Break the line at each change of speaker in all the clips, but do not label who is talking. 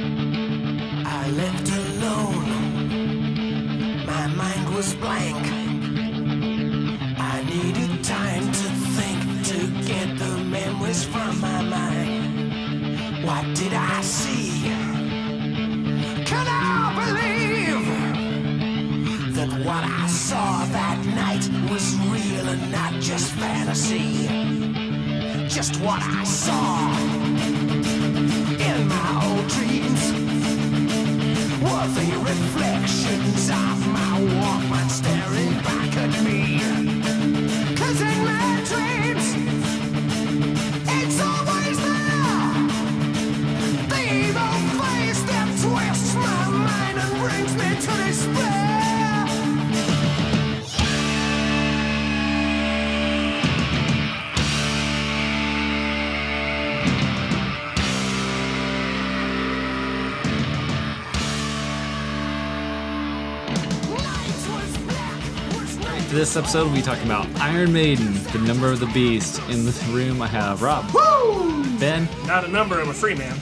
I left alone. My mind was blank. I needed time to think to get the memories from my mind. What did I see? Could I believe that what I saw that night was real and not just fantasy? Just what I saw in my old dreams were the reflections of my Walkman staring back at me. Cause in my dreams, it's always there. The evil face that twists my mind and brings me to despair. Night was black, was night.
This episode we'll be talking about Iron Maiden, The Number of the Beast. In the room I have Rob, Ben,
Not a number, I'm a free man.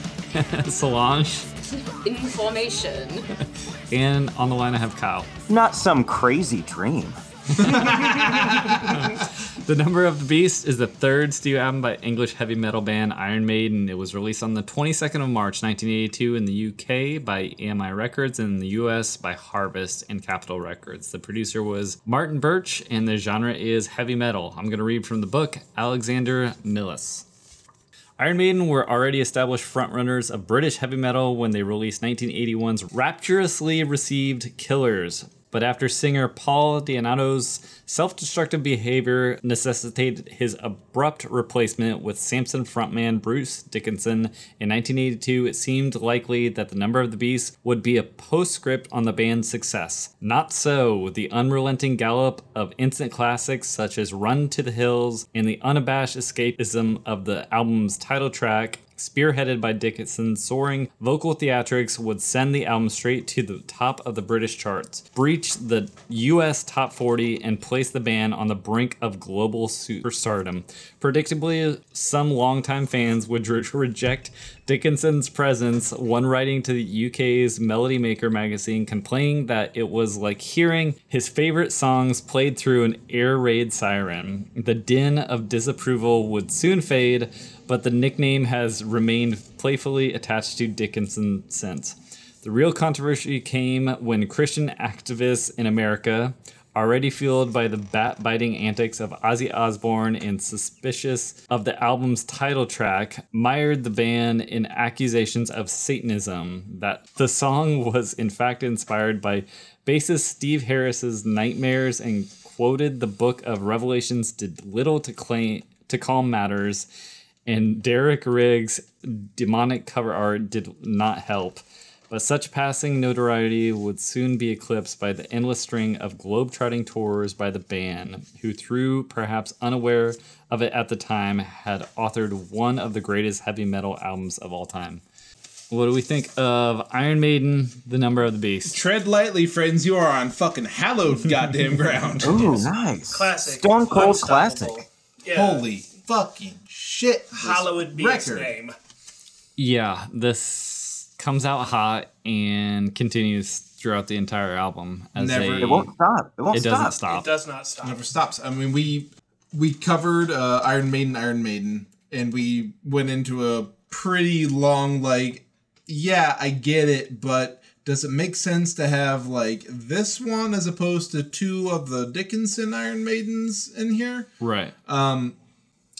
Solange,
information.
and on the line I have Kyle.
Not some crazy dream.
The Number of the Beast is the third studio album by English heavy metal band Iron Maiden. It was released on the 22nd of March 1982 in the UK by EMI Records and in the US by Harvest and Capitol Records. The producer was Martin Birch and the genre is heavy metal. I'm going to read from the book Alexander Millis. Iron Maiden were already established frontrunners of British heavy metal when they released 1981's rapturously received Killers. But after singer Paul Dianato's self destructive behavior necessitated his abrupt replacement with Samson frontman Bruce Dickinson in 1982, it seemed likely that the number of the beast would be a postscript on the band's success. Not so. The unrelenting gallop of instant classics such as Run to the Hills and the unabashed escapism of the album's title track, spearheaded by Dickinson's soaring vocal theatrics, would send the album straight to the top of the British charts, breach the US top 40, and place the band on the brink of global superstardom. Predictably, some longtime fans would re- reject Dickinson's presence, one writing to the UK's Melody Maker magazine complaining that it was like hearing his favorite songs played through an air raid siren. The din of disapproval would soon fade, but the nickname has remained playfully attached to Dickinson since. The real controversy came when Christian activists in America, already fueled by the bat biting antics of Ozzy Osbourne and suspicious of the album's title track, mired the band in accusations of Satanism, that the song was in fact inspired by bassist Steve Harris's nightmares and quoted the book of Revelations did little to claim to calm matters and Derek Riggs' demonic cover art did not help. But such passing notoriety would soon be eclipsed by the endless string of globe-trotting tours by the band, who, through perhaps unaware of it at the time, had authored one of the greatest heavy metal albums of all time. What do we think of Iron Maiden, The Number of the Beast?
Tread lightly, friends. You are on fucking hallowed goddamn ground.
Ooh, nice.
Classic.
Stone Cold
Unstoppable.
classic.
Yeah.
Holy fucking shit. this
Hallowed be its name.
Yeah, this comes out hot and continues throughout the entire album. As
Never-
a-
It
It won't stop. It won't
it
stop.
doesn't stop.
It does not stop.
Never stops. I mean, we we covered uh, Iron Maiden, Iron Maiden, and we went into a pretty long like, yeah, I get it, but does it make sense to have like this one as opposed to two of the Dickinson Iron Maidens in here?
Right.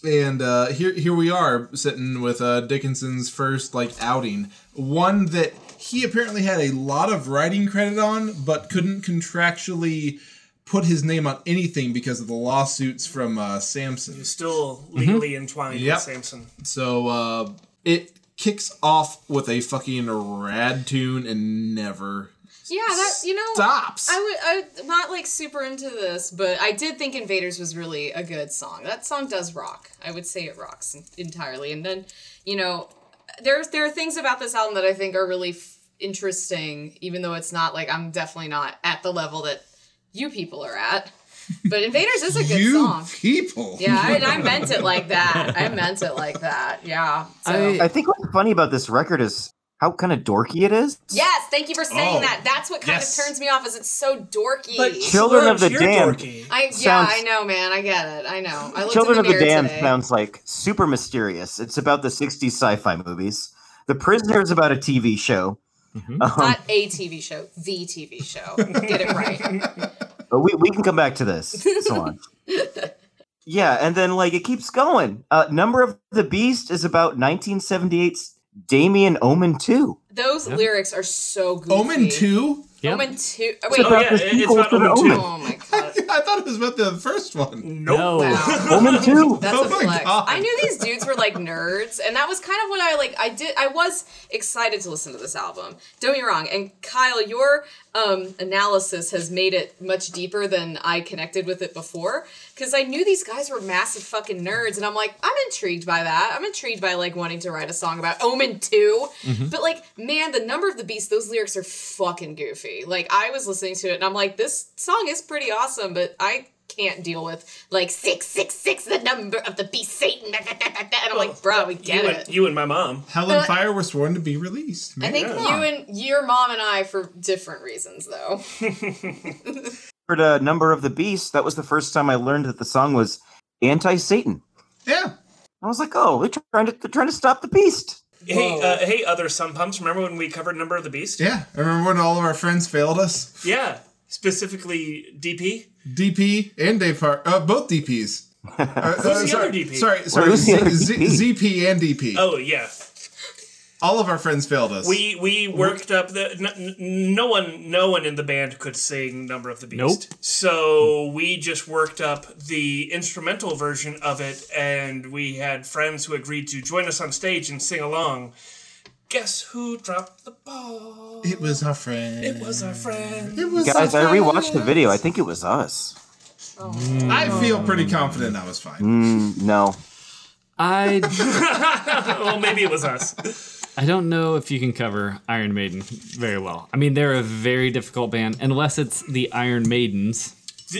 and uh, here here we are sitting with uh, Dickinson's first like outing, one that he apparently had a lot of writing credit on, but couldn't contractually put his name on anything because of the lawsuits from uh, Samson.
Still
Mm-hmm.
legally entwined
Yep.
with Samson.
So uh, it kicks off with a fucking rad tune and never
Yeah, that Uh, you know.
stops.
I would. I'm not like super into this, but I did think Invaders was really a good song. That song does rock. I would say it rocks en- entirely. And then, you know, there's there are things about this album that I think are really f- interesting, even though it's not like I'm definitely not at the level that you people are at. But Invaders is a good
you
song.
people.
Yeah, I- and I meant it like that. I meant it like that. Yeah. So.
I-
I think what's funny about this record is how kind of dorky it is.
Yes, thank you for saying
Oh,
that. That's what kind
yes.
of turns me off is it's so dorky.
But
Children
Solange,
of the
you're
Damned.
dorky.
I yeah,
sounds-
I know, man. I get it. I know. I looked
Children
in
of
the
the
mirror
Damned
today.
sounds like super mysterious. It's about the 60s sci fi movies. The Prisoner is about a TV show.
Mm-hmm.
Um,
not a TV show, the TV show. Get it right.
but we, we can come back to this. So on. yeah, and then like it keeps going. Uh, Number of the Beast is about 1978's Damien Omen 2.
Those lyrics are so goofy.
Omen two.
Yeah.
Omen two. oh, wait.
Oh yeah,
This
it- it's
sequel
about
to the
Omen too.
Omen.
Oh my god.
I thought it was about the first one.
Nope.
No.
Wow.
Omen 2.
That's
Oh
a
my
flex.
God.
I knew these dudes were like nerds, and that was kind of what I like. I did. I was excited to listen to this album. Don't get me wrong. And Kyle, your um, analysis has made it much deeper than I connected with it before, because I knew these guys were massive fucking nerds, and I'm like, I'm intrigued by that. I'm intrigued by like wanting to write a song about Omen 2 But like, man, the number of the beast. Those lyrics are fucking goofy. Like I was listening to it, and I'm like, this song is pretty awesome, but I can't deal with like six six six the number of the beast Satan. da, da, da, da, da. And I'm like, bro, we get
you,
it.
And, you and my mom.
Hell and Fire were sworn to be released.
I
Man.
think you and your mom and I for different reasons though.
heard a number of the beast that was the first time i learned that the song was anti-satan
yeah.
i was like oh they're trying to they're trying to stop the beast
Hey, uh, hey, other sun pumps. Remember when we covered Number of the Beast?
Yeah. I remember when all of our friends failed us.
Yeah, specifically DP.
DP and Dave Har- uh, both DPs. Uh, uh,
the
sorry,
other DP?
sorry, sorry,
who's the
Z-
other
Z-
DP?
ZP and DP.
Oh yeah,
All of our friends failed us.
we we worked up the n- n- no one no one in the band could sing Number of the Beast.
Nope.
So we just worked up the instrumental version of it, and we had friends who agreed to join us on stage and sing along. Guess who dropped the ball?
it was our friend.
It was our friend.
It was
guys
our
i rewatched the
friend.
video i think it was us
I feel pretty confident I was fine.
Mm, no
I
well, maybe it was us.
I don't know if you can cover Iron Maiden very well. I mean, they're a very difficult band unless it's the Iron Maidens,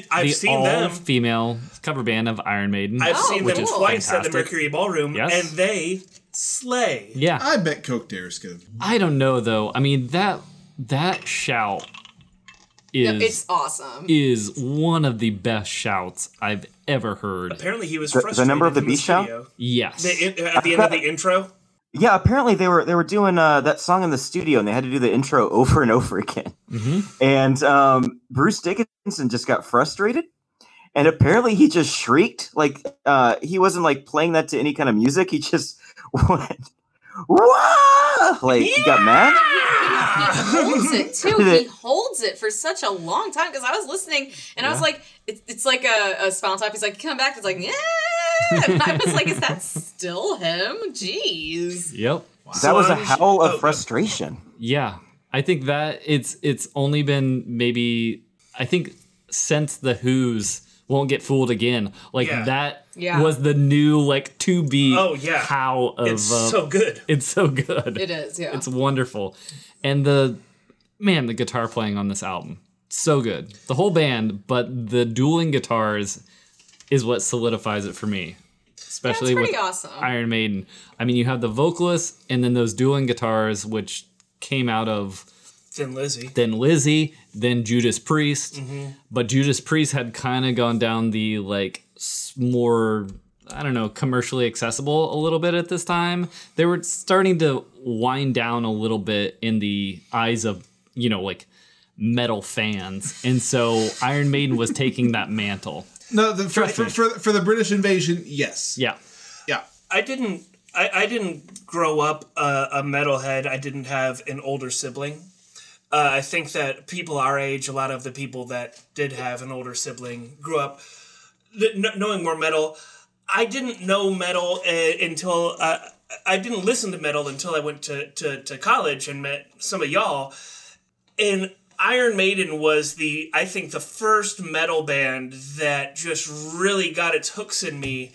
I've
the
seen them.
all-female cover band of Iron Maiden.
I've
Oh,
seen
which
them
is
twice at the
fantastic.
Mercury Ballroom,
Yes.
and they slay.
yeah,
I bet Coke Dare's good.
I don't know though. I mean that that shout is
it's awesome.
is one of the best shouts I've ever heard.
Apparently, he was
The- the
frustrated.
number of the
in
beast shout?
studio.
Yes.
The in- at the end of the intro.
yeah apparently they were they were doing uh, that song in the studio and they had to do the intro over and over again and um, bruce dickinson just got frustrated and apparently he just shrieked like uh, he wasn't like playing that to any kind of music he just went Wah! like he got mad
he holds it too. He holds it for such a long time because I was listening and I was like, it's, it's like a, a spinal tap. He's like, come back. It's like, yeah. And I was like, is that still him? Jeez.
yep.
That was a
Solange-
howl
oh,
of
no.
frustration.
Yeah. I think that it's it's only been maybe I think since the Who's won't get fooled again. Like
Yeah.
that
Yeah.
was the new like to be
Oh, yeah.
how of
It's
uh,
so good.
it's so good.
It is, yeah.
It's wonderful. And the man, the guitar playing on this album. So good. The whole band, but the dueling guitars is what solidifies it for me. Especially
That's
with
pretty awesome.
Iron Maiden. I mean, you have the vocalist and then those dueling guitars which came out of
Thin Lizzy.
then Lizzie, then Judas Priest. But Judas Priest had kind of gone down the like s- more I don't know, commercially accessible a little bit at this time. They were starting to wind down a little bit in the eyes of, you know, like metal fans. And so Iron Maiden was taking that mantle.
No, the, for,
Trust
for,
me.
for, for the British invasion, yes.
Yeah.
Yeah.
I didn't. I, I didn't grow up a, a metalhead. I didn't have an older sibling. Uh, I think that people our age, a lot of the people that did have an older sibling, grew up th- kn- knowing more metal. I didn't know metal uh, until uh, I didn't listen to metal until I went to, to, to college and met some of y'all. And Iron Maiden was the I think the first metal band that just really got its hooks in me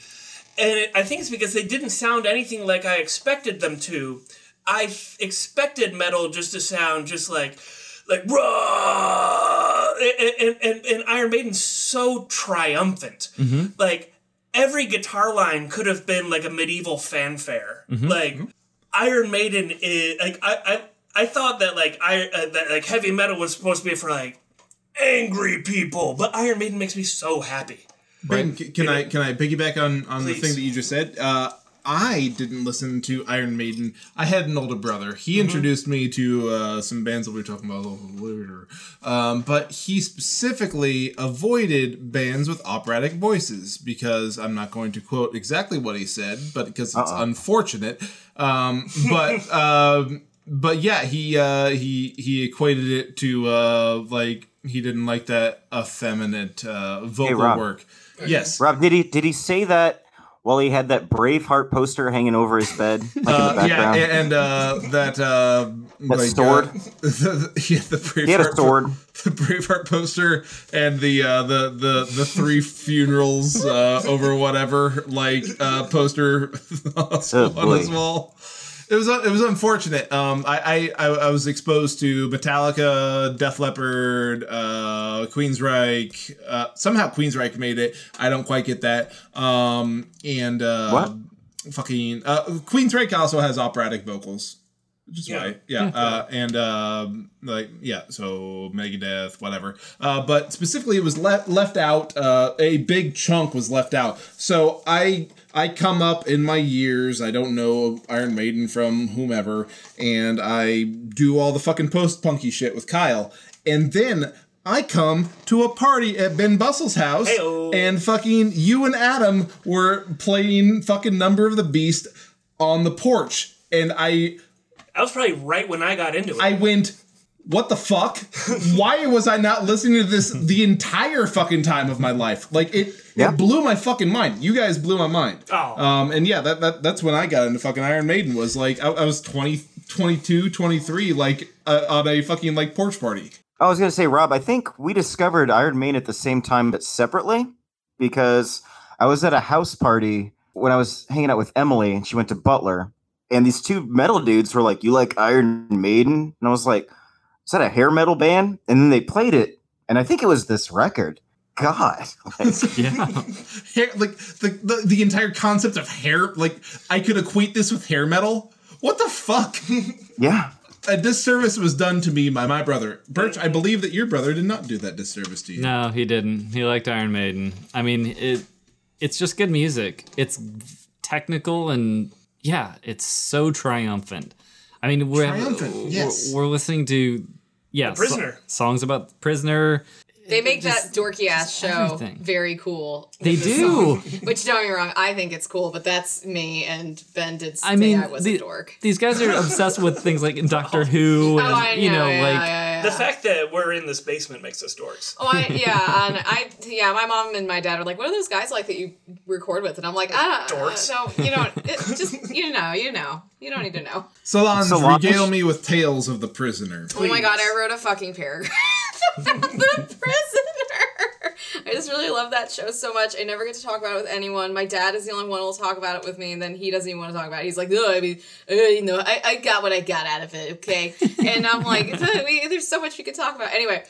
and it, I think it's because they didn't sound anything like I expected them to. I f- expected metal just to sound just like like raw, and and, and, and Iron Maiden's so triumphant. Like every guitar line could have been like a medieval fanfare. Like Iron Maiden is like I I, I thought that like I uh, that like heavy metal was supposed to be for like angry people, but Iron Maiden makes me so happy.
Ben, c- can I can I piggyback on on the
Please.
thing that you just said? Uh, I didn't listen to Iron Maiden. I had an older brother. He introduced me to uh, some bands that we are talking about a little later. Um, but he specifically avoided bands with operatic voices because I'm not going to quote exactly what he said, but because it's unfortunate. Um, but um, but yeah, he uh, he he equated it to uh, like he didn't like that effeminate uh, vocal
Rob.
work. Yes.
Rob, did he did he say that while he had that Braveheart poster hanging over his bed, like in the
Uh, yeah,
background?
a- and uh, that uh, like,
sword.
uh, the, the, yeah, the Braveheart,
he had a sword.
the Braveheart poster, and the uh, the the the three funerals uh, over whatever like uh, poster on his-
Oh,
on his
boy.
wall. It was uh, it was unfortunate. Um, I, I I I was exposed to Metallica, Def Leppard, uh, Queensryche. Uh, somehow Queensryche made it. I don't quite get that. Um, and uh,
What?
fucking uh, Queensryche also has operatic vocals, which is why yeah. Uh, and um, like yeah, so Megadeth, whatever. Uh, but specifically, it was left left out. Uh, a big chunk was left out. So I I come up in my years. I don't know Iron Maiden from whomever, and I do all the fucking post punky shit with Kyle, and then. I come to a party at Ben Bustle's house,
Heyo.
and fucking you and Adam were playing fucking Number of the Beast on the porch, and I
That was probably right when I got into it.
I went, what the fuck? Why was I not listening to this the entire fucking time of my life? Like it,
Yeah.
it blew my fucking mind. You guys blew my mind.
Aw.
Um, and yeah, that, that that's when I got into fucking Iron Maiden was like I, I was 20, 22, 23, like uh, on a fucking like porch party.
I was gonna say, Rob, I think we discovered Iron Maiden at the same time but separately because I was at a house party when I was hanging out with Emily and she went to Butler and these two metal dudes were like, You like Iron Maiden? And I was like, Is that a hair metal band? And then they played it, and I think it was this record. God. like,
Yeah.
Hair, like the, the the entire concept of hair, like I could equate this with hair metal. What the fuck?
yeah.
a disservice was done to me by my brother. Birch, I believe that your brother did not do that disservice to you.
No, he didn't. He liked Iron Maiden. I mean, it it's just good music. It's technical and yeah, it's so triumphant. I mean, we're
Triumphant,
we're,
yes.
we're listening to yeah, so-
Prisoner.
songs about the prisoner.
They make
just-
that dorky ass show
everything.
very cool.
They do.
Which don't get me wrong, I think it's cool, but that's me and Ben did say
I mean,
I was
the-
a dork.
These guys are obsessed with things like Doctor Who and
oh, I
you know,
yeah,
like
yeah, yeah.
the fact that we're in this basement makes us dorks.
Oh, I, yeah, and I yeah, my mom and my dad are like, "What are those guys like that you record with?" And I'm like, "Ah,
Dorks.
no, you don't. It, just you know, you know, you don't need to know."
Solange,
Solange?
regale me with tales of the prisoner.
Oh my god, I wrote a fucking paragraph about the prisoner. I just really love that show so much. I never get to talk about it with anyone. My dad is the only one who will talk about it with me, and then he doesn't even want to talk about it. He's like, "Ugh, I mean, uh, you know, I, I got what I got out of it, okay? And I'm like, "Ugh, we, there's so much we could talk about. Anyway,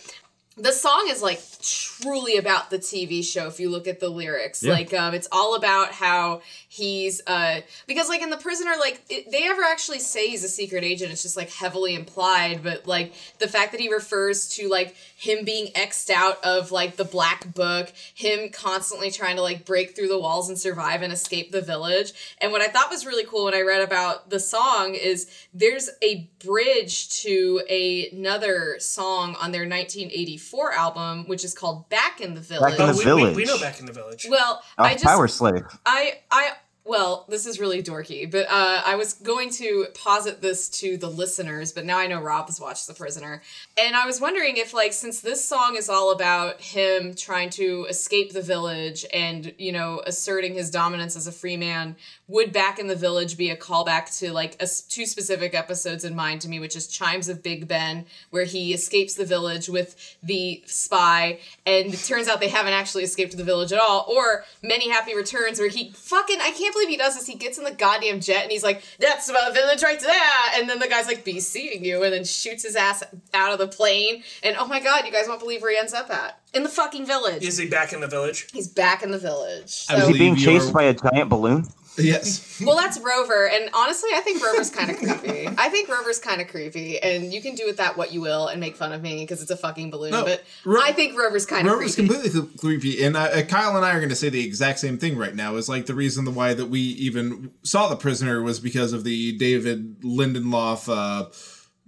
the song is like truly about the TV show if you look at the lyrics.
Yeah.
Like um it's all about how he's uh because like in The Prisoner like it, they ever actually say he's a secret agent it's just like heavily implied but like the fact that he refers to like him being xed out of like the black book, him constantly trying to like break through the walls and survive and escape the village. And what I thought was really cool when I read about the song is there's a bridge to a- another song on their 1984 album, which is called Back in the Village.
In
Uh,
the
we, we, we
village.
know back in the village.
well,
Off
I just
Power Slave.
I I well, this is really dorky, but uh, I was going to posit this to the listeners, but now I know Rob has watched The Prisoner. And I was wondering if, like, since this song is all about him trying to escape the village and, you know, asserting his dominance as a free man, would Back in the Village be a callback to, like, a, s- two specific episodes in mind to me, which is Chimes of Big Ben, where he escapes the village with the spy, and it turns out they haven't actually escaped the village at all, or Many Happy Returns, where he fucking, I can't believe he does this. He gets in the goddamn jet and he's like, that's the village right there. And then the guy's like, be seeing you, and then shoots his ass out of the plane. And oh my god, you guys won't believe where he ends up at. In the fucking village.
Is he back in the village?
He's back in the village.
I
Is
So,
he being
Believe your-
chased by a giant balloon?
Yes.
well, that's Rover, and honestly, I think Rover's kind of creepy. I think Rover's kind of creepy, and you can do with that what you will and make fun of me because it's a fucking balloon.
No,
but
Ro-
I think Rover's kind of
Rover's
creepy.
completely th- creepy, and uh, uh, Kyle and I are going to say the exact same thing right now. Is like the reason the why that we even saw the prisoner was because of the David Lindenlof uh,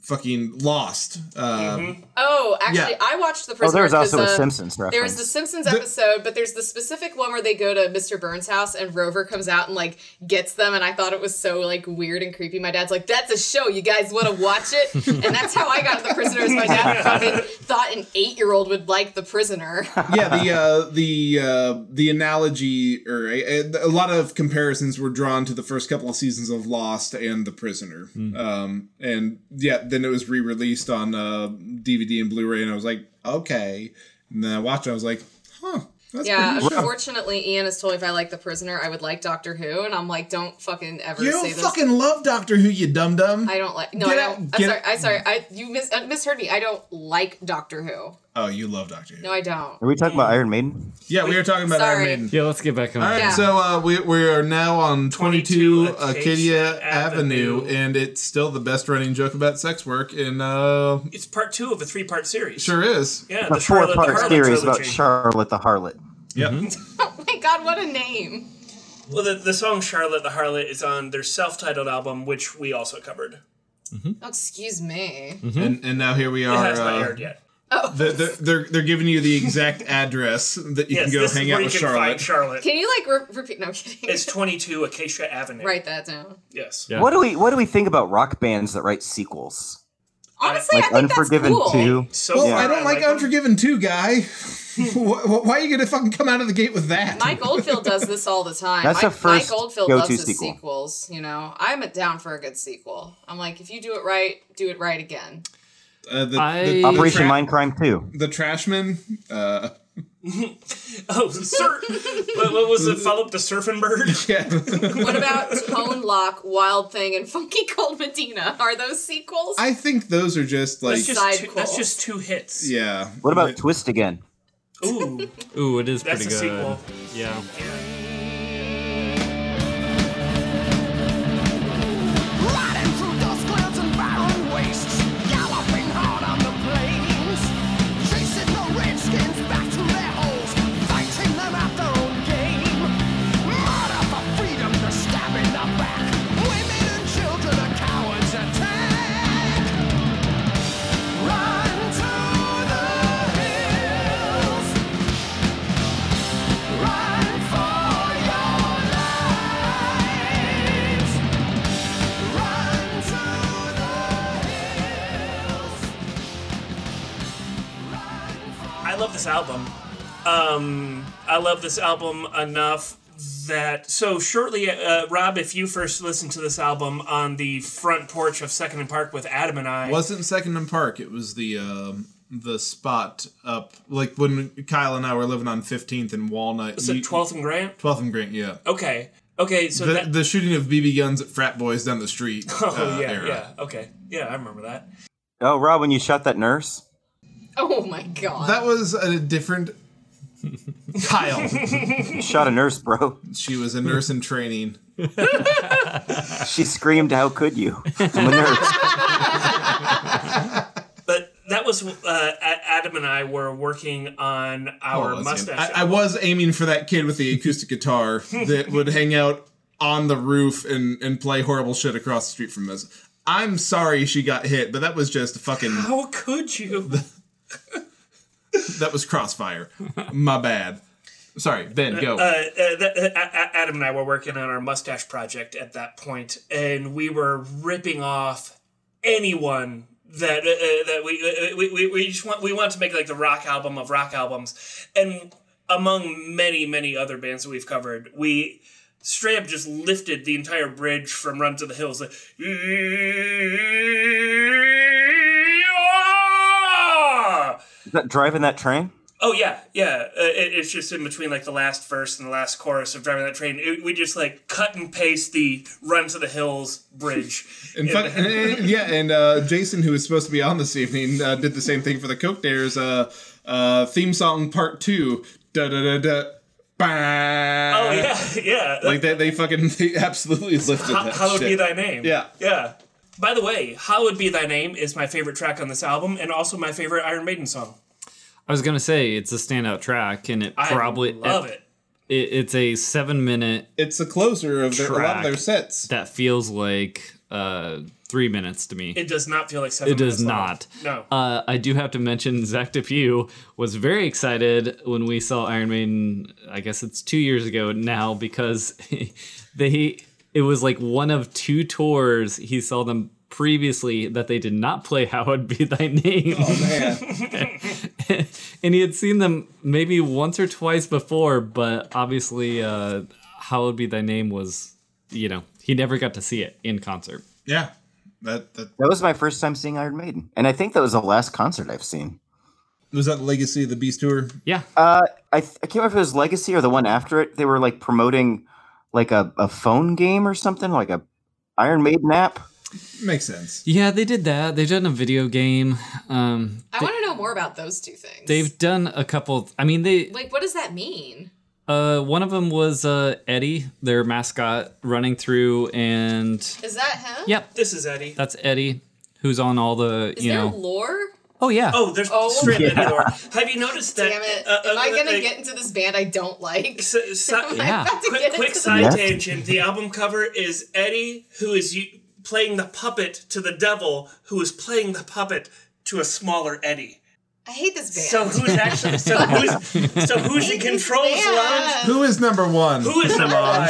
fucking Lost. Uh,
Oh, actually,
Yeah.
I watched the
Oh,
prisoner.
there's also
'cause,
a
uh,
Simpsons
There was
reference.
the Simpsons episode, but there's the specific one where they go to Mr. Burns' house and Rover comes out and like gets them, and I thought it was so like weird and creepy. My dad's like, "That's a show. You guys want to watch it?" and that's how I got the prisoners. My dad fucking thought an eight-year-old would like the prisoner.
yeah, the uh, the uh, the analogy or a, a lot of comparisons were drawn to the first couple of seasons of Lost and The Prisoner. Um, and yeah, then it was re released on uh, DVD and Blu Ray, and I was like, okay. And then I watched it, I was like, huh. That's
yeah,
pretty rough.
unfortunately, Ian has told me if I like the prisoner, I would like Doctor Who, and I'm like, don't fucking ever
You
say
don't
this.
fucking love Doctor Who, you dum dum.
I don't like. No,
Get
I don't.
out-
I'm
get-
sorry. I'm sorry. I you mis- uh, misheard me. I don't like Doctor Who.
Oh, you love Doctor Who.
No, I don't.
Are we talking about Iron Maiden?
yeah, we were talking about
Sorry.
Iron Maiden.
Yeah, let's get back on.
All right,
Yeah.
so uh, we, we are now on 22,
22
Acadia
Acacia
Avenue,
uh, Avenue.
and it's still the best running joke about sex work, and uh,
It's part two of a three part series.
sure is.
Yeah,
A
the Charlotte the
four-part
Harlot
series about
trilogy.
Charlotte the Harlot.
Yep.
Oh my god, what a name!
well, the, the song Charlotte the Harlot is on their self titled album, which we also covered.
Oh, excuse me.
And, and now here we
Mm-hmm. It
are.
has not
uh,
aired yet.
the- the- they're, they're giving you the exact address that you
Yes,
can go
this is
hang
where
out
you
with
can
Charlotte.
find Charlotte.
Can you like re- repeat? No, I'm kidding.
It's 22 Acacia Avenue.
Write that down.
Yes.
Yeah.
What do we What do we think about rock bands that write sequels?
Honestly,
Like
I think
Unforgiven
that's cool.
Two.
So
Well,
far,
Oh, I don't like,
them.
Unforgiven 2, guy.
Hmm.
why, why are you going to fucking come out of the gate with that?
Mike Oldfield does this all the time.
That's
Mike,
the first
Mike Oldfield
go-to
loves his
sequel.
sequels. You know, I'm down for a good sequel. I'm like, if you do it right, do it right again.
Uh, the,
I-
the,
Operation
tra-
Mindcrime Two.
The Trashman. Uh,
Oh, sir. what, what was it? Follow up the Surfing Bird?
yeah.
What about Tone Lock, Wild Thing, and Funky Cold Medina? Are those sequels?
I think those are just like.
That's just,
Side
two, that's
quel.
just two hits.
yeah.
What about Twist Again?
Ooh,
Ooh, it is
that's
pretty
a
good.
sequel.
Yeah.
Riding through those clouds and barren wastes, galloping hard on the plains, chasing the redskins back to their holes, fighting them at their own game. Murder for freedom, the stab in the back. Women and children are cowards attack. Run to the hills. Run for your lives. Run to the hills.
I love this album. Um, I love this album enough that so shortly, uh, Rob, if you first listened to this album on the front porch of Second and Park with Adam and I,
wasn't Second and Park. It was the um, the spot up like when Kyle and I were living on Fifteenth and Walnut.
was it Twelfth and Grant?
Twelfth and Grant. Yeah.
Okay, okay, so
The,
that.
the shooting of BB guns at frat boys down the street.
oh
uh,
yeah,
era.
yeah, okay, yeah, I remember that.
Oh, Rob, when you shot that nurse.
oh my god.
That was a different Kyle.
You shot a nurse, bro.
she was a nurse in training.
She screamed, "How could you?" I'm a nurse.
But that was uh, A- Adam and I were working on our
What was it?
mustache.
Oh, I, I was aiming for that kid with the acoustic guitar that would hang out on the roof and, and play horrible shit across the street from us. I'm sorry she got hit, but that was just fucking
How could you?
that was crossfire. My bad. Sorry, Ben, go.
uh, uh, th- uh, A- A- Adam and I were working on our mustache project at that point, and we were ripping off anyone that uh, uh, that we, uh, we we we just want we want to make like the rock album of rock albums, and among many many other bands that we've covered, we straight up just lifted the entire bridge from Run to the Hills. like,
Is that driving that train?
Oh yeah, yeah. Uh, it, it's just in between like the last verse and the last chorus of driving that train. It, we just like cut and paste the run to the hills bridge.
And fuck, and- and- yeah, and uh, Jason, who was supposed to be on this evening, uh, did the same thing for the Coke Dares uh, uh, theme song part two. Da da da da.
oh yeah, yeah.
Like they, they fucking they absolutely lifted
Ho-
that
hallowed
shit.
be thy name.
Yeah.
yeah. By the way, "Hallowed Be Thy Name" is my favorite track on this album, and also my favorite Iron Maiden song.
I was gonna say it's a standout track, and it
I
probably
love it.
it- It's a seven minute
It's a closer of their, a lot of their
Track.
sets.
that feels like uh, three minutes to me.
It does not feel like seven.
It does
minutes long.
not.
No.
Uh, I do have to mention Zach Depew was very excited when we saw Iron Maiden. I guess it's two years ago now because they it was like one of two tours he saw them previously that they did not play "How Would Be Thy Name,"
Man,
and he had seen them maybe once or twice before, but obviously uh, "How Would Be Thy Name" was you know he never got to see it in concert.
yeah, that, that
That was my first time seeing Iron Maiden, and I think that was the last concert I've seen.
was that Legacy of the Beast tour.
Yeah,
Uh, I, th- I can't remember if it was Legacy or the one after it. They were like promoting like a, a phone game or something, like a Iron Maiden app.
Makes sense.
yeah, they did that. They've done a video game. Um,
I want to know more about those two things.
They've done a couple. I mean, they
like, what does that mean?
uh, one of them was uh, Eddie, their mascot, running through, and
Is that him?
yep,
This is Eddie.
that's Eddie, who's on all the
Is
you
there
know.
lore?
oh yeah.
Oh, there's
Oh.
straight up Eddie Orr. Have you noticed that?
Damn it!
uh, uh,
Am I
uh,
gonna
uh,
get into this band I don't like?
so- so-
Am I
Yeah.
about to
quick,
get
quick
into
side
Yeah.
tangent. The album cover is Eddie, who is u- playing the puppet to the devil, who is playing the puppet to a smaller Eddie.
I hate this band.
So who's actually so who's so who's in control? Solange?
Yeah.
Who is number one?
Who is number one?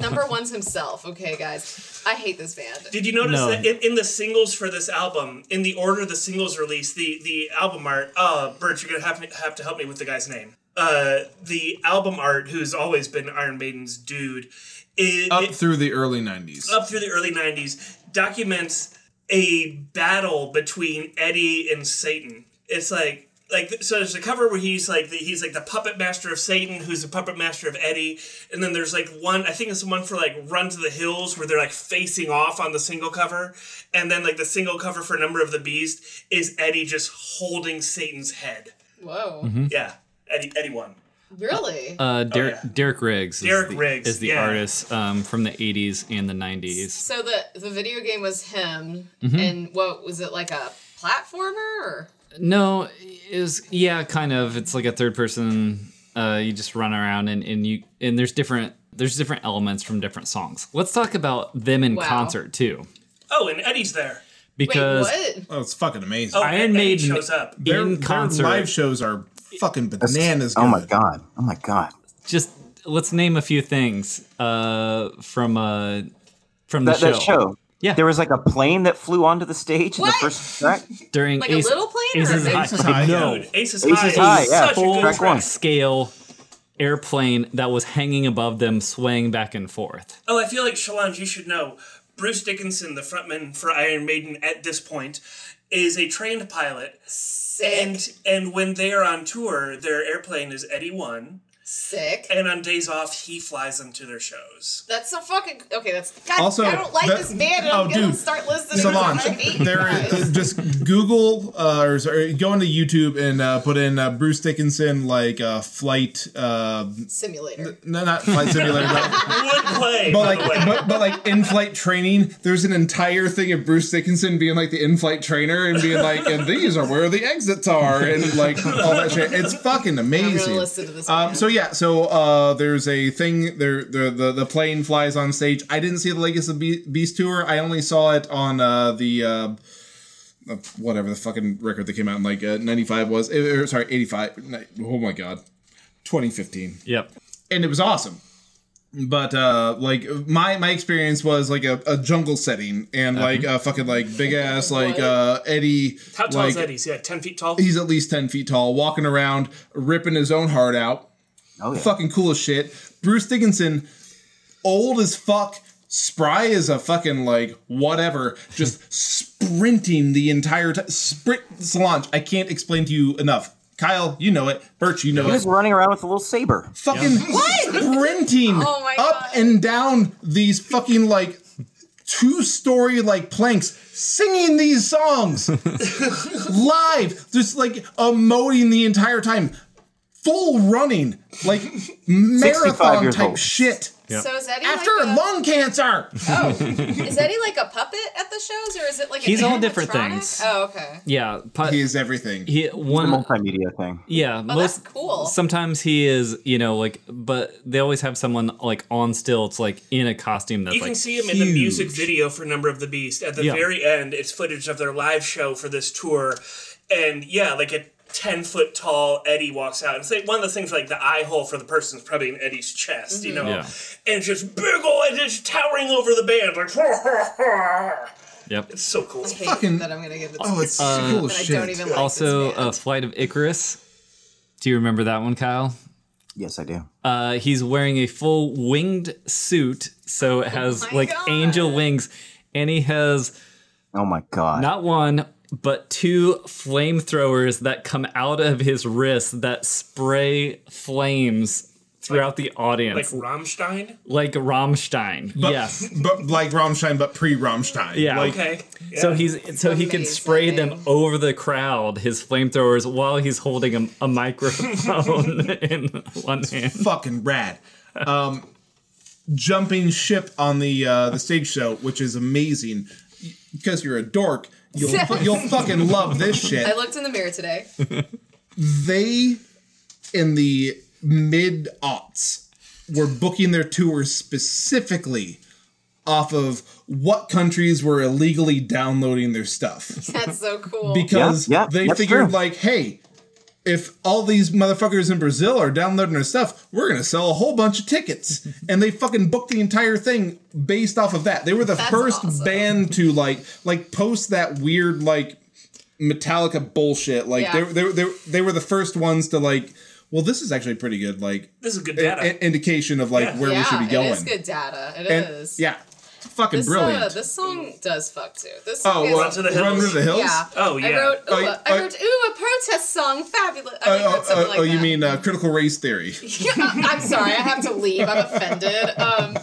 Number one's himself. Okay, guys, I hate this band.
Did you notice
No.
that in, in the singles for this album, in the order the singles release, the the album art? Uh, Bert, you're gonna have me, have to help me with the guy's name. Uh, the album art, who's always been Iron Maiden's dude, is
Up through the early '90s.
up through the early 90s documents a battle between Eddie and Satan. It's like like so there's a cover where he's like the, he's like the puppet master of Satan who's the puppet master of Eddie and then there's like one I think it's the one for like Run to the Hills where they're like facing off on the single cover and then like the single cover for Number of the Beast is Eddie just holding Satan's head.
Whoa,
Yeah. Eddie Eddie won.
really?
Mm-hmm. Uh, Derek,
oh, yeah.
Derek Riggs. is
Derek
the-
Riggs,
is the
yeah.
artist um, from the '80s and the '90s.
so the the video game was him,
Mm-hmm.
and what was it like a platformer? Or?
No, is yeah, kind of. It's like a third person. Uh, you just run around and, and you and there's different there's different elements from different songs. Let's talk about them in
Wow.
concert too,
Oh, and Eddie's there.
Wait,
because
what?
oh, it's fucking amazing.
Oh,
Iron
and Eddie
Maiden-
shows up.
their,
in
their
concert
live shows are fucking bananas.
Oh my
good.
god! Oh my god!
just let's name a few things uh, from uh, from the
That,
show.
that show.
Yeah.
There was like a plane that flew onto the stage in
What?
the first track.
during
Like a little plane or
Ace's
a big-
High-
Aces High,
no
Dude, Ace is
Ace
high.
is High,
is
Ah, yeah,
such a
full
good
track
track.
one.
scale airplane that was hanging above them, swaying back and forth.
Oh, I feel like Shalonge, you should know. Bruce Dickinson, the frontman for Iron Maiden at this point, is a trained pilot.
Sick,
And and when they are on tour, their airplane is Eddie One,
sick.
and on days off, he flies them to their shows.
That's so fucking okay. That's God,
Also,
I don't like
that-
this band. And
oh,
I'm gonna
dude.
start listening. to them.
Solange,
I hate
there
you guys.
is just Google uh, or sorry, go into YouTube and uh, put in uh, Bruce Dickinson like uh, flight, uh,
simulator.
no, not flight simulator, but,
Would play,
but
by
like
the way.
but, but like in-flight training. There's an entire thing of Bruce Dickinson being like the in-flight trainer and being like, and these are where the exits are and like all that shit. It's fucking
I'm
amazing.
gonna listen to this.
Um,
band.
so yeah, so uh, there's a thing there. The, the the plane flies on stage. I didn't see the Legacy of Be- Beast tour. I only saw it on uh, the uh, uh, whatever the fucking record that came out in like uh, '95 was. eh, er, sorry, '85. Oh my god. 2015,
Yep.
and it was awesome. But uh, like my my experience was like a, a jungle setting and like a fucking like big ass like uh, Eddie.
How tall
like,
is Eddie? Is he like ten feet tall?
He's at least ten feet tall, walking around, ripping his own heart out.
Oh yeah.
fucking cool as shit. Bruce Dickinson, old as fuck, spry as a fucking like whatever, just sprinting the entire time. Sprint Solange, I can't explain to you enough. Kyle, you know it. Birch, you know
He
it.
was running around with a little saber.
Fucking sprinting
Oh my
up
God.
and down these fucking like two story like planks, singing these songs live, just like emoting the entire time. Full running, like marathon
years
type
old.
shit.
So is Eddie
After
like a,
lung cancer.
is Eddie like a puppet at the shows, or is it like an
He's all different
animatronic?
things.
Oh, okay.
Yeah. But
he is everything.
he one
Multimedia thing.
Yeah,
Oh, that's
most
cool.
Sometimes he is, you know, like, but they always have someone like on stilts, like in a costume that's
You can
like
see him in the music
huge.
video for Number of the Beast. At the
Yeah.
very end, it's footage of their live show for this tour. And yeah, like a 10 foot tall Eddie walks out. It's like one of the things, like the eye hole for the person is probably in Eddie's chest, you know?
Mm-hmm. Yeah.
And it's just big ol' and it's towering over the band. Like,
Yep.
It's so cool.
Hate
fucking-
that I'm gonna give it.
Oh, it's
that
cool as
I
shit.
don't even like
Also, uh,
this man.
a flight of Icarus. Do you remember that one, Kyle?
Yes, I do.
Uh, he's wearing a full winged suit, so it has
Oh my
like
God.
angel wings, and he has
Oh my god.
not one but two flamethrowers that come out of his wrist that spray flames throughout the
Like
audience, like,
Rammstein?
Rammstein. yes.
But like Rammstein, but pre Rammstein.
Yeah.
Like,
Okay. Yeah.
So he's so he can spray them
Amazing.
over the crowd, his flamethrowers, while he's holding a, a microphone in one hand.
fucking rad. Um, jumping ship on the uh, the stage show, which is amazing because you're a dork. You'll fu- you'll fucking love this shit.
I looked in the mirror today.
They in the mid aughts were booking their tours specifically off of what countries were illegally downloading their stuff
That's so cool.
because
Yeah, yeah,
they
that's
figured
true.
like, hey, if all these motherfuckers in Brazil are downloading our stuff, we're gonna sell a whole bunch of tickets, and they fucking booked the entire thing based off of that. They were the
That's
first
awesome.
band to like like post that weird like Metallica bullshit. Like
Yeah.
they, they they they were the first ones to like. Well, this is actually pretty good. Like
this is good
i-
data.
i- indication of like
Yeah.
where
yeah,
we should be going.
it is good data. It is.
And- yeah, it's fucking
This,
brilliant.
uh, this song does fuck too. This
oh,
song is-
well,
Run to the
run
Hills.
to the hills.
Yeah.
Oh,
I
yeah.
wrote, ooh,
Oh,
a-
I-
I wrote, ooh, a protest song, fabulous. I
Oh,
wrote something
oh,
like
oh, you
that.
mean uh, critical race theory?
Yeah, I'm sorry, I have to leave. I'm offended. Um,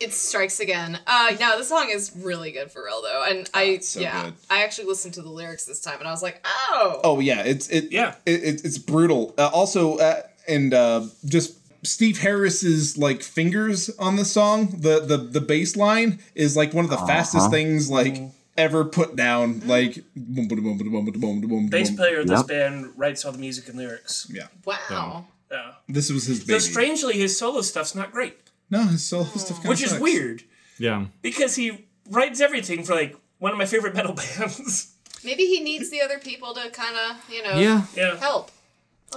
it strikes again. Uh, no, this song is really good for real though, and I
so
yeah,
good.
I actually listened to the lyrics this time, and I was like, oh,
Oh yeah, it's it
Yeah.
it, it, it's brutal. Uh, also, uh, and uh, just Steve Harris's like fingers on the song, the the the bass line is like one of the fastest things like
Mm.
ever put
Mm.
down. Like boom, boom, boom, boom, boom, boom, boom, boom,
Bass
boom.
player of this
Yep.
band writes all the music and lyrics.
Yeah,
wow,
Yeah.
this was his
Though
baby.
strangely, his solo stuff's not great,
no, his solo stuff, kinda
which is
sucks.
weird
Yeah.
because he writes everything for like one of my favorite metal bands.
maybe he needs the other people to kind of you know
Yeah.
yeah.
help.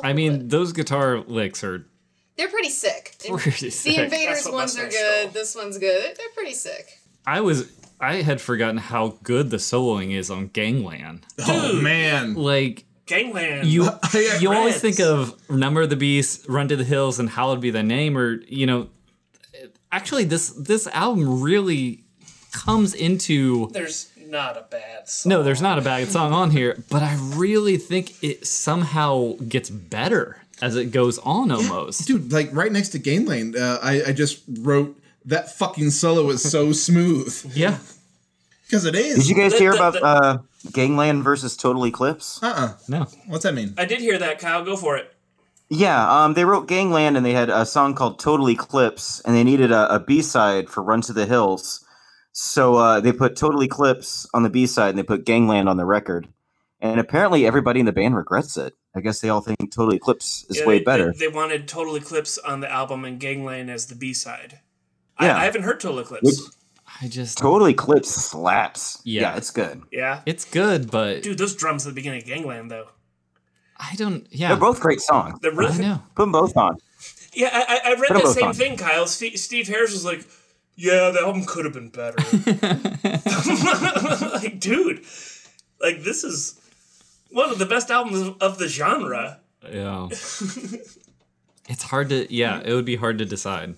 I mean, those guitar licks are
They're pretty sick.
pretty
The
sick.
Invaders
That's what
ones are
Mustache
good.
stole.
This one's good. They're pretty sick.
I was I had forgotten how good the soloing is on Gangland.
Oh man,
Like
Gangland.
you
I-
you always
Reds.
think of Number of the Beast, Run to the Hills, and Hallowed Be Thy Name, or you know, actually this this album really comes into
There's not a bad song.
No, there's not a bad song on here, but I really think it somehow gets better as it goes on almost.
dude, like right next to Gain Lane, uh, I I just wrote that fucking solo is so smooth
Yeah.
because it is.
Did you guys
The-
hear
the-
about
the-
uh, Gangland versus Total Eclipse?
uh-uh.
No.
What's that mean?
I did hear that, Kyle. Go for it.
Yeah, um, they wrote Gangland and they had a song called Total Eclipse, and they needed a, a B side for Run to the Hills. So uh, they put Total Eclipse on the B side and they put Gangland on the record. And apparently, everybody in the band regrets it. I guess they all think Total Eclipse is
Yeah,
way
they,
better.
They, they wanted Total Eclipse on the album and Gangland as the B side.
Yeah.
I, I haven't heard Total Eclipse.
I just
Total Eclipse slaps.
Yeah.
Yeah, it's good.
Yeah.
it's good, but
Dude, those drums at the beginning of Gangland, though.
I don't. Yeah,
They're both great songs.
The
I know.
Put them both on.
Yeah, I, I- I read
Put 'em
that
both
same
on.
thing, Kyle. Steve, Steve Harris was like, "Yeah, the album could have been better." like, dude, like this is one of the best albums of the genre.
Yeah. it's hard to. Yeah, it would be hard to decide.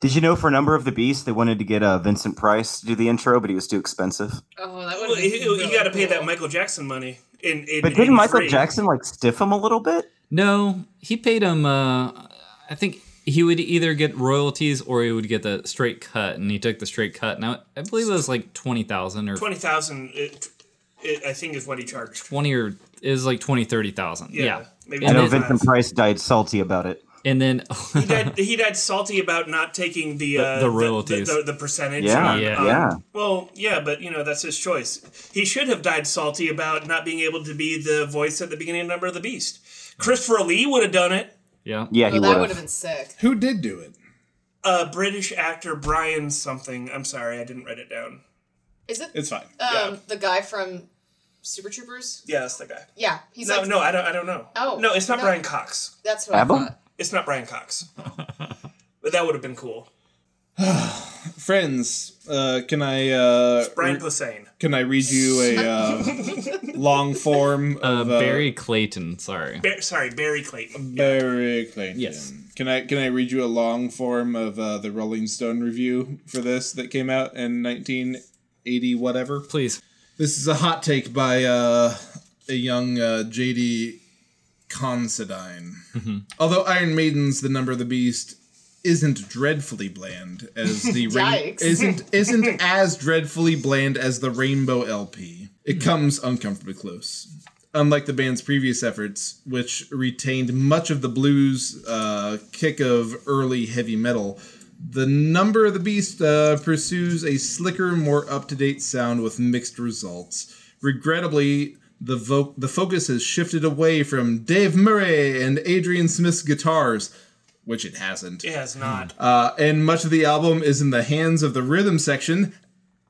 Did you know for Number of the Beast they wanted to get uh, Vincent Price to do the intro, but he was too expensive.
Oh, that
Well,
would.
you, got to pay that Michael Jackson money. In, in
But didn't Michael
83.
Jackson like stiff him a little bit?
No, he paid him. Uh, I think he would either get royalties or he would get the straight cut, and he took the straight cut. Now I believe it was like twenty thousand or
twenty thousand? I think is what he charged.
twenty or it was like twenty thirty thousand. Yeah. yeah.
maybe
I know
then-
Vincent
25.
Price died salty about it.
And then
He died, he died salty about not taking the uh,
the royalties.
the, the, the percentage.
Yeah,
on-
Yeah.
on-
yeah.
Well, yeah, but you know that's his choice. He should have died salty about not being able to be the voice at the beginning of Number of the Beast. Christopher Lee would have done it.
yeah,
Yeah, he
that
would
would have
have.
been sick.
Who did do it?
Uh, British actor Brian something. I'm sorry, I didn't write it down.
Is it
It's fine.
um,
yeah.
the guy from Super Troopers?
Yeah, that's the guy.
Yeah, he's
No,
like.
no, I don't. I don't know.
Oh,
no, it's not
no.
Brian Cox.
That's what
Abba?
I thought.
It's not Brian Cox. but that would have been cool.
Friends, uh, can I uh,
Brian
re-
Posehn.
can I read you a uh, long form
uh,
of uh,
Barry Clayton. Sorry.
Bar- sorry, Barry Clayton.
Barry Clayton?
Yes.
Can I can I read you a long form of uh, the Rolling Stone review for this that came out in 1980 whatever?
Please.
This is a hot take by uh, a young uh, JD Considine. Although Iron Maiden's "The Number of the Beast" isn't dreadfully bland as the rain-
Yikes.
isn't isn't as dreadfully bland as the Rainbow LP. It comes uncomfortably close. Unlike the band's previous efforts, which retained much of the blues uh, kick of early heavy metal, the Number of the Beast uh, pursues a slicker, more up to date sound with mixed results. Regrettably, the, vo- the focus has shifted away from Dave Murray and Adrian Smith's guitars, which it hasn't.
It has not.
Uh, and much of the album is in the hands of the rhythm section,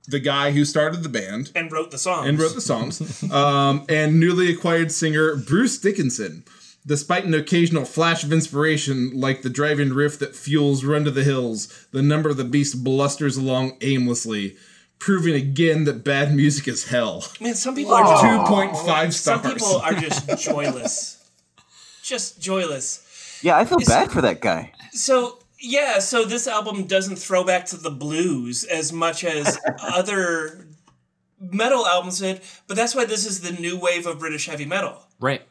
the guy who started the band
and wrote the songs.
and wrote the songs, um, and newly acquired singer Bruce Dickinson. Despite an occasional flash of inspiration, like the driving riff that fuels Run to the Hills, the number of the beast blusters along aimlessly, proving again that bad music is hell.
Man, some people are just
2.5
some
stars.
people are just joyless, just joyless.
Yeah, I feel bad for that guy.
So yeah, so this album doesn't throw back to the blues as much as other metal albums did, but that's why this is the new wave of British heavy metal.
Right.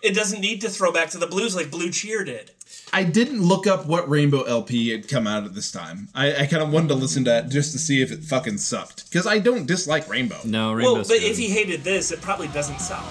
It doesn't need to throw back to the blues like Blue Cheer did.
I didn't look up what Rainbow LP had come out at this time. I, I kind of wanted to listen to that just to see if it fucking sucked. Because I don't dislike Rainbow.
No.
Well,
Rainbow's
but if he hated this, it probably doesn't sell.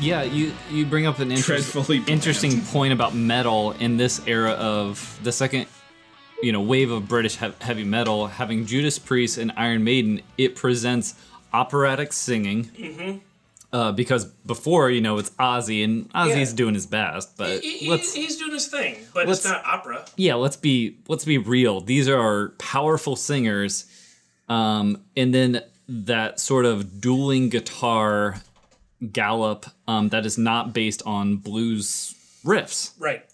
Yeah, you you bring up an interest,
Dreadfully bland.
interesting point about metal in this era of the second, you know, wave of British he- heavy metal having Judas Priest and Iron Maiden. It presents operatic singing.
Mm-hmm.
Uh, because before, you know, it's Ozzy and Ozzy's
Yeah.
doing his best, but
He- he-
let's
he's doing his thing, but
let's-
it's not opera.
yeah, let's be let's be real. These are powerful singers, um, and then that sort of dueling guitar gallop um, that is not based on blues riffs.
Right.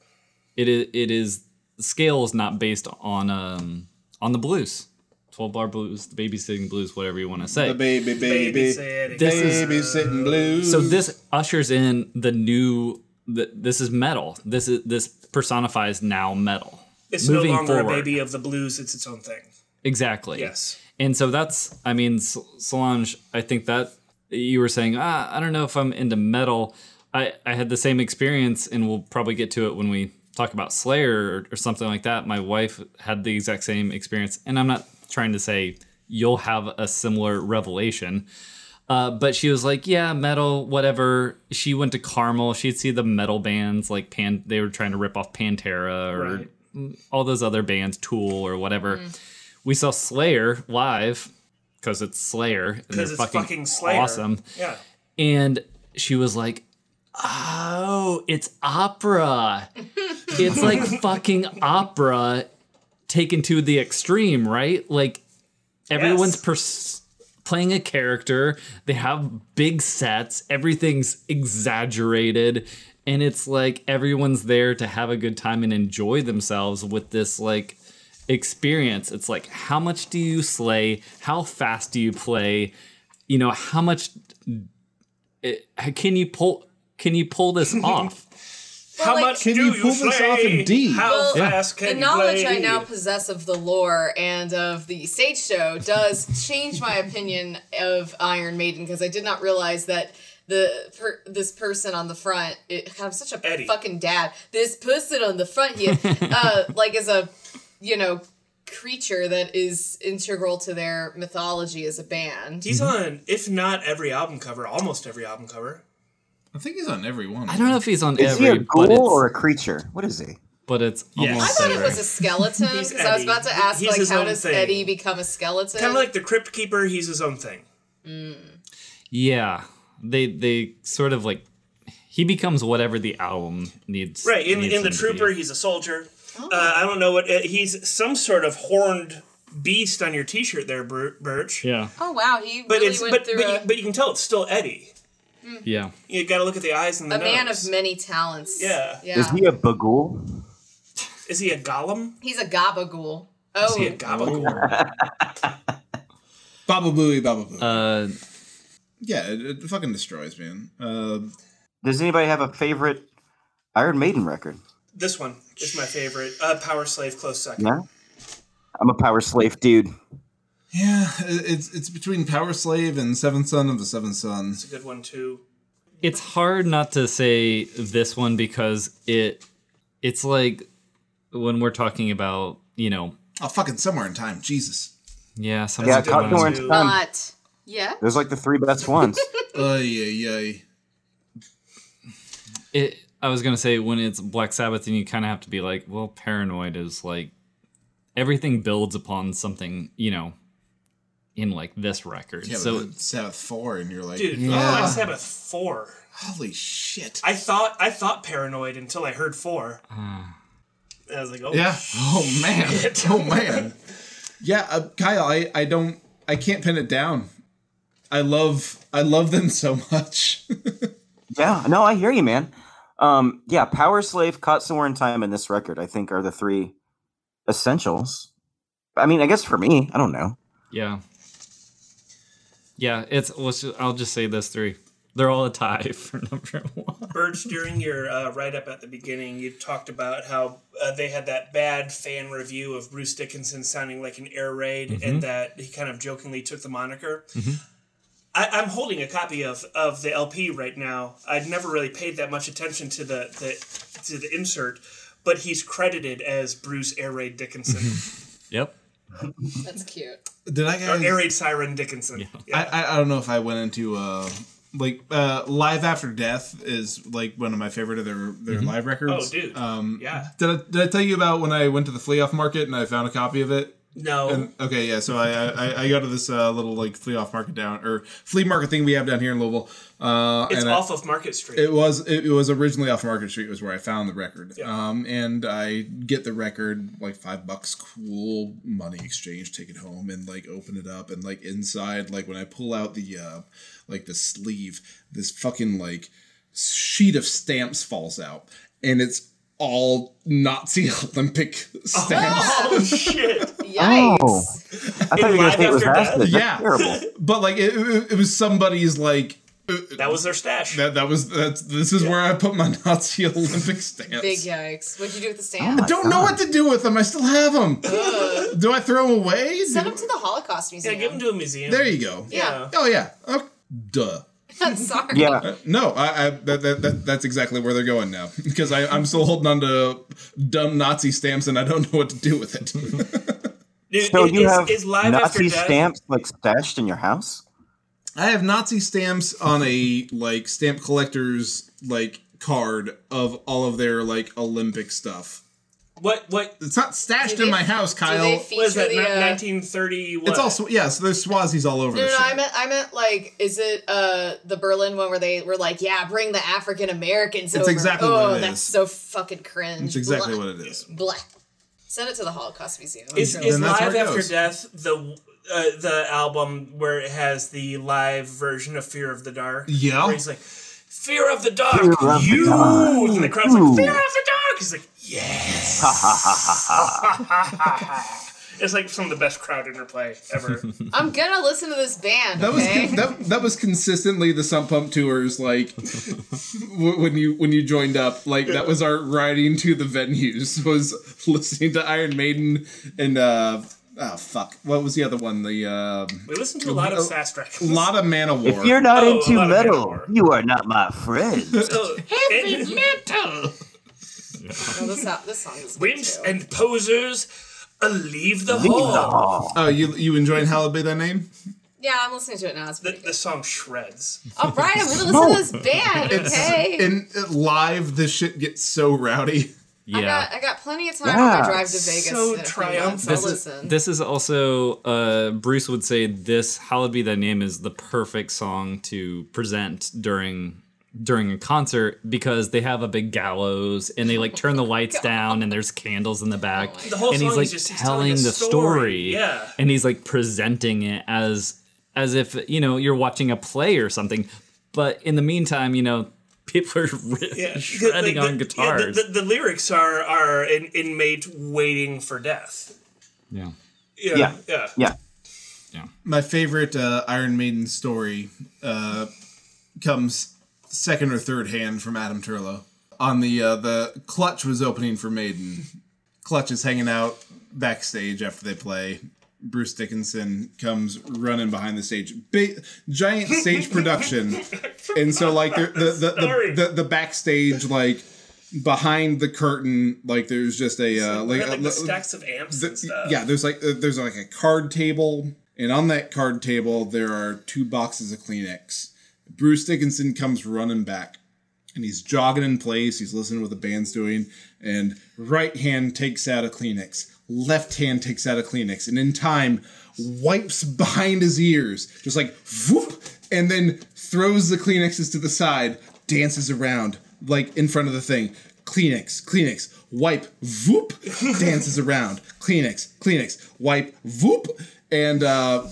It is it is scales not based on um, on the blues, twelve bar blues, the babysitting blues, whatever you want to say.
The baby, baby,
Baby
baby,
said it.
This is-
babysitting blues.
so this ushers in the new. th- This is metal. This is this personifies now metal.
It's no longer a baby of the blues, it's its own thing.
Exactly.
Yes.
And so that's, I mean, S- Solange, I think that you were saying, ah, I don't know if I'm into metal. I, I had the same experience, and we'll probably get to it when we talk about Slayer or, or something like that. My wife had the exact same experience, and I'm not trying to say you'll have a similar revelation. Uh, but she was like, yeah, metal, whatever. She went to Carmel. She'd see the metal bands like Pan. They were trying to rip off Pantera or all those other bands, Tool or whatever. We saw Slayer live because it's Slayer and they're
because it's fucking, Slayer.
awesome.
Yeah.
And she was like, "Oh, it's opera. it's like fucking opera taken to the extreme, right? Like everyone's
Yes.
pers- playing a character. They have big sets. Everything's exaggerated." And it's like everyone's there to have a good time and enjoy themselves with this like experience. It's like how much do you slay? How fast do you play? You know, how much it- can you pull can you pull this off?
Well,
How
like,
much
Can
do
you pull
slay?
this off in D?
How
Well,
fast
the
can you
knowledge
play?
I now possess of the lore and of the stage show does change my opinion of Iron Maiden because I did not realize that the per, this person on the front, it, God, I'm such a
Eddie.
fucking dad. This person on the front here, uh, like is a, you know, creature that is integral to their mythology as a band.
He's on, if not every album cover, almost every album cover.
I think he's on every one.
I don't know if he's on
Is
every,
he a
but
ghoul
it's,
or a creature? What is he?
but it's
Yes.
I
almost
thought it
every.
was a skeleton
He's
because I was about to
Eddie.
ask,
He's
like,
his
how
own
does
thing.
Eddie become a skeleton?
Kind of like the Crypt Keeper, he's his own thing.
yeah. They they sort of like he becomes whatever the album needs.
Right. In,
needs
in The
him to
Trooper,
be.
he's a soldier.
Oh.
Uh, I don't know what. Uh, he's some sort of horned beast on your t shirt there, Bir- Birch.
Yeah.
oh wow, he
But
really
it's
went
but
through
but,
a.
you, but you can tell it's still Eddie.
Yeah.
You got to look at the eyes and the
a
nose.
man of many talents.
Yeah.
Yeah.
Is he a bagool?
Is he a golem?
He's a gabagool. Oh,
Is he a gabagool?
Baba Booey, Baba Booey.
Uh
yeah, it, it fucking destroys, man. Uh,
Does anybody have a favorite Iron Maiden record?
This one is my favorite. Uh, Power Slave, close second.
No. I'm a power slave dude.
yeah, it, it's it's between Power Slave and Seventh Son of the Seventh Son.
It's a good one too.
it's hard not to say this one because it it's like when we're talking about, you know,
Oh, fucking somewhere in time, Jesus.
yeah, something
Yeah,
like that.
Cotton Orange
too.
Thumb.
but yeah.
Those are like the three best ones.
Ay, ay, ay.
it i was gonna say when it's black sabbath and you kind of have to be like well paranoid is like everything builds upon something you know in like this record
Yeah,
so
so Sabbath four, and you're like,
Dude, oh,
yeah,
Black Sabbath four.
holy shit.
I thought I thought paranoid until I heard four. I was like, oh
Hmm. Yeah. Oh man. Oh man. Yeah, uh, Kyle, I I don't I can't pin it down. I love I love them so much.
yeah, no, I hear you, man. Um, yeah, Power Slave, Caught Somewhere in Time, and this record, I think, are the three essentials. I mean, I guess for me, I don't know.
yeah yeah it's let's just, i'll just say those three they're all a tie for number one
Birch, during your uh, write up at the beginning, you talked about how uh, they had that bad fan review of Bruce Dickinson sounding like an air raid and that he kind of jokingly took the moniker. I, I'm holding a copy of, of the LP right now. I'd never really paid that much attention to the, the to the insert, but he's credited as Bruce Air Raid Dickinson.
yep
That's cute.
Did I
or
guys,
Air Raid Siren Dickinson. Yeah.
I, I I don't know if I went into uh like uh Live After Death is like one of my favorite of their their live
Oh,
records.
dude.
Um
yeah.
did I, did I tell you about when I went to the flea off market and I found a copy of it?
No.
And, okay, yeah. So I I, I go to this uh, little like flea off market down or flea market thing we have down here in Louisville. Uh,
it's
and I-
off of Market Street.
It was it, it was originally off Market Street was where I found the record. Um, and I get the record like five bucks, cool money exchange, take it home and like open it up and like inside like when I pull out the uh, like the sleeve, this fucking like sheet of stamps falls out and it's all Nazi Olympic stamps.
oh, shit.
Yikes.
Oh. I thought you were going
Live
to say it was
After Death?
acid. That's
Yeah.
terrible.
But like it, it, it was somebody's like
That was their stash.
that, that was that's this is where I put my Nazi Olympic stamps.
Big yikes. What'd you do with the stamp?
don't know what to do with them. I still have them. Do I throw them away?
Send
Do-
him to the Holocaust
yeah,
Museum.
give them to a museum.
there you go.
Yeah.
Oh yeah. Okay. Duh.
Sorry.
Yeah.
No, I, I that, that, that that's exactly where they're going now because I, I'm still holding on to dumb Nazi stamps and I don't know what to do with it.
Dude,
So
is,
you have
is live after
Nazi
death.
stamps like stashed in your house?
I have Nazi stamps on a like stamp collector's like card of all of their like Olympic stuff.
What what
It's not stashed
Do
in
they-
my house,
Do they
Kyle.
feature
was that?
the, uh,
1930. What?
It's all Sw- yeah. So there's Swazis all over.
No,
the
no, no,
shit.
I meant, I meant like, is it uh the Berlin one where they were like, yeah, bring the African Americans
It's
over?
exactly
oh,
what it
that's
is.
so fucking cringe.
That's exactly
Blah.
what it is.
Blah. Send it to the Holocaust Museum. I'm
Is,
sure
Then
is
it's-
that's where
Live
it
After
goes.
Death the uh, the album where it has the live version of Fear of the Dark?
Yeah.
Where he's like, Fear of the Dark,
Fear of the
you!
dark.
And the crowd's like,
Ooh.
Fear of the Dark! He's like, yes! it's like some of the best crowd interplay ever.
I'm gonna listen to this band.
That was
okay?
that, that was consistently the Sump Pump tours like w- when you when you joined up like that was our riding to the venues was listening to Iron Maiden and uh oh fuck what was the other one the um
We listened to a lot of fast records.
a lot of Manowar
If you're not
Oh,
into
a lot of
metal,
metal.
you are not my friend.
So, and-
Oh, this, so- this song is good
wimps
too.
and posers, uh, leave the
Leave
hall.
the hall.
oh you you enjoying Hallowed by Thy Name
yeah, I'm listening to it now. It's
The,
pretty
the song shreds.
good. All right, I'm gonna listen to this band. Okay.
and uh, live this shit gets so rowdy
Yeah.
I got I got plenty of time on
Yeah.
my drive to Vegas.
So
that if you want,
triumphant.
so
This is,
listen.
this is also uh, Bruce would say this "Hallowed Be Thy Name" is the perfect song to present during during a concert because they have a big gallows and they like turn the lights down and there's candles in the back
The whole
and
song
he's
is
like
just- he's telling
telling
a
the
story,
story
yeah.
and he's like presenting it as as if you know you're watching a play or something but in the meantime you know people are shredding
Like, the-
on
yeah, the-
guitars
the, the lyrics are are an inmate waiting for death.
yeah
Yeah, yeah.
Yeah. Yeah.
my favorite uh, Iron Maiden story uh, comes second or third hand from Adam Turlow. On the uh, the Clutch was opening for Maiden. Clutch is hanging out backstage after they play. Bruce Dickinson comes running behind the stage, Ba giant stage production, and so like the the the,
story.
the, the, the backstage like behind the curtain like there's just a uh,
Like,
like,
like
a-
the stacks of amps
the-
and stuff.
Yeah, there's like uh, there's like a card table, and on that card table there are two boxes of Kleenex. Bruce Dickinson comes running back, and he's jogging in place. He's listening to what the band's doing, and right hand takes out a Kleenex, left hand takes out a Kleenex, and in time wipes behind his ears, just like whoop, and then throws the Kleenexes to the side, dances around like in front of the thing. Kleenex, Kleenex, wipe, whoop, dances around. Kleenex, Kleenex, wipe, whoop, and uh,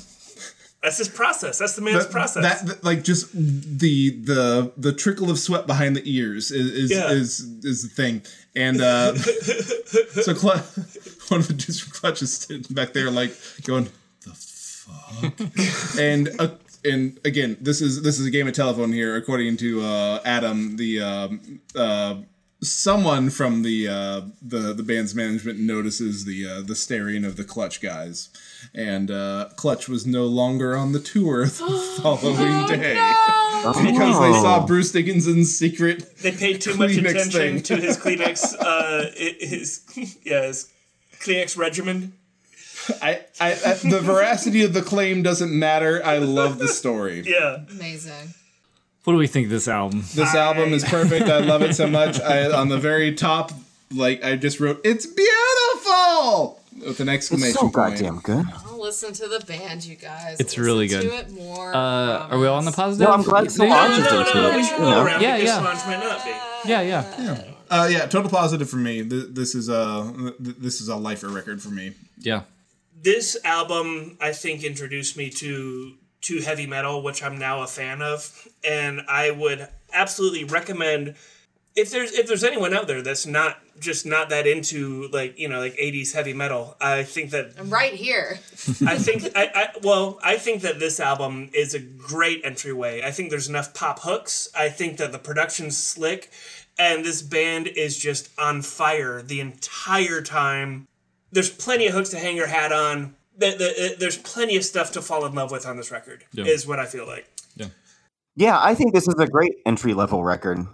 That's his process. That's the man's process.
that, that- like just the the the trickle of sweat behind the ears is is
Yeah.
is, is the thing. And uh, so Cl- one of the dudes from Clutch is sitting back there like going, the fuck? and uh, and again, this is this is a game of telephone here, according to uh, Adam, the um, uh, someone from the uh, the the band's management notices the uh, the staring of the Clutch guys, and uh, Clutch was no longer on the tour the following day because they
Oh.
saw Bruce Dickinson's secret.
they paid too much
Kleenex
attention
thing.
to his Kleenex. Uh, i- his yeah, his Kleenex regimen.
I, I, I the veracity of the claim doesn't matter. I love the story.
Yeah,
Amazing.
what do we think of this album
This album is perfect. I love it so much. I on the very top, like I just wrote, "It's beautiful." With an exclamation
It's so
point.
goddamn good.
I'll listen to the band, you guys.
It's
Listen
really good.
To it more.
uh, are we all on the positive
No, I'm glad Solange is
no,
into
no,
it.
we
You
should go
know,
around
Yeah,
because
yeah.
Solange might not be.
yeah yeah
Uh, yeah, total positive for me. Th- This is a th- this is a lifer record for me.
yeah
this album i think introduced me to to heavy metal which i'm now a fan of and i would absolutely recommend if there's if there's anyone out there that's not just not that into like you know like 80s heavy metal i think that
I'm um, right here.
i think I, I well i think that this album is a great entryway i think there's enough pop hooks i think that the production's slick and this band is just on fire the entire time there's plenty of hooks to hang your hat uh, on. The, the, there's plenty of stuff to fall in love with on this record, is what I feel like.
Yeah.
Yeah, I think this is a great entry level record.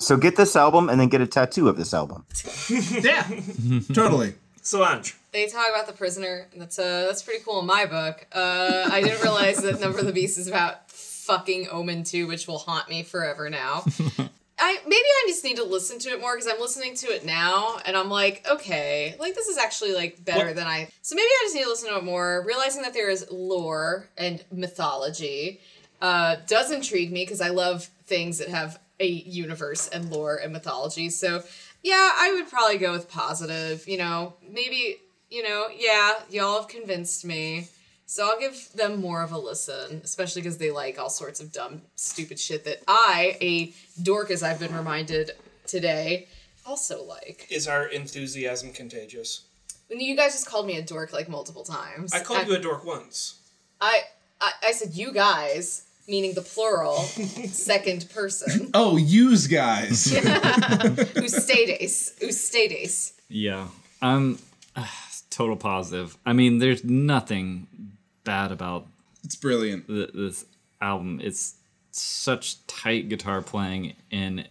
So get this album and then get a tattoo of this album.
yeah, totally.
Solange.
They talk about the prisoner, and that's uh that's pretty cool in my book. Uh, I didn't realize that Number of the Beast is about fucking Omen Two, which will haunt me forever now. I maybe I just need to listen to it more because I'm listening to it now and I'm like, okay, like this is actually like better than I. So maybe I just need to listen to it more, realizing that there is lore and mythology. Uh, does intrigue me because I love things that have a universe and lore and mythology. So yeah, I would probably go with positive. You know, maybe you know, yeah, y'all have convinced me. So I'll give them more of a listen, especially because they like all sorts of dumb, stupid shit that I, a dork as I've been reminded today, also like.
Is our enthusiasm contagious?
And you guys just called me a dork like multiple times.
I called
And
you a dork once.
I, I, I said you guys, meaning the plural, second person.
Oh, use guys.
Ustedes. Ustedes.
Yeah. Um total positive. I mean, there's nothing bad about
it's brilliant.
th- this album. It's such tight guitar playing, and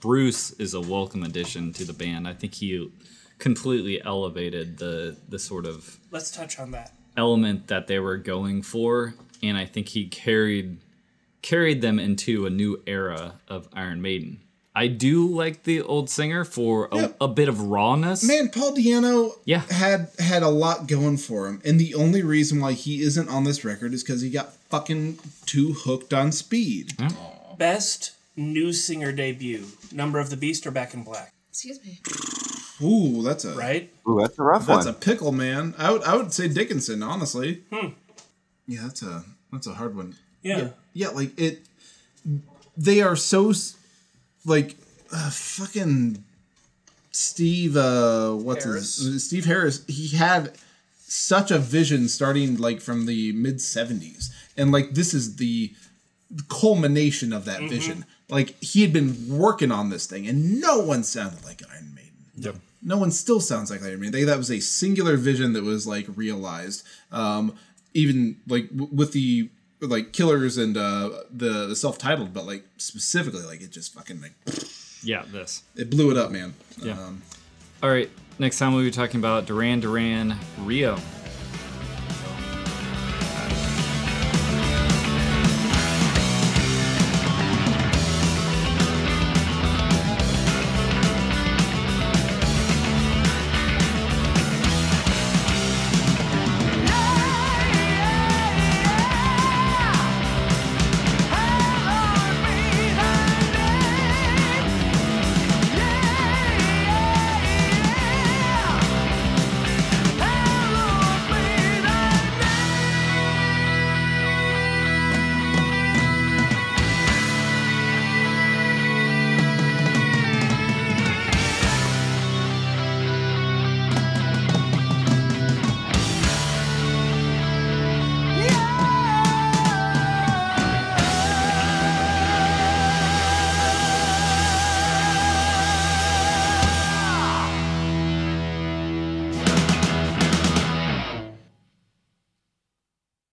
Bruce is a welcome addition to the band. I think he completely elevated the the sort of
Let's touch on that.
element that they were going for, and I think he carried carried them into a new era of Iron Maiden. I do like the old singer for a,
Yeah.
a bit of rawness.
Man, Paul Diano
Yeah.
had had a lot going for him, and the only reason why he isn't on this record is because he got fucking too hooked on speed.
Best new singer debut. Number of the Beast or Back in Black,
Excuse me.
Ooh, that's a
right?
Ooh, that's a rough
that's a
one.
pickle, man. I would I would say Dickinson, honestly. Yeah, that's a that's a hard one.
Yeah.
Yeah, like it. They are so s- like uh, fucking Steve. Uh, what's
Harris.
his Steve Harris? He had such a vision starting like from the mid '70s, and like this is the culmination of that vision. Like he had been working on this thing, and no one sounded like Iron Maiden. Yep. No one still sounds like Iron Maiden. They, that was a singular vision that was like realized. Um, even like w- with the like killers and uh, the, the self-titled, but like specifically, like it just fucking like
Yeah, this.
it blew it up, man.
Yeah. All right, next time we'll be talking about Duran Duran Rio.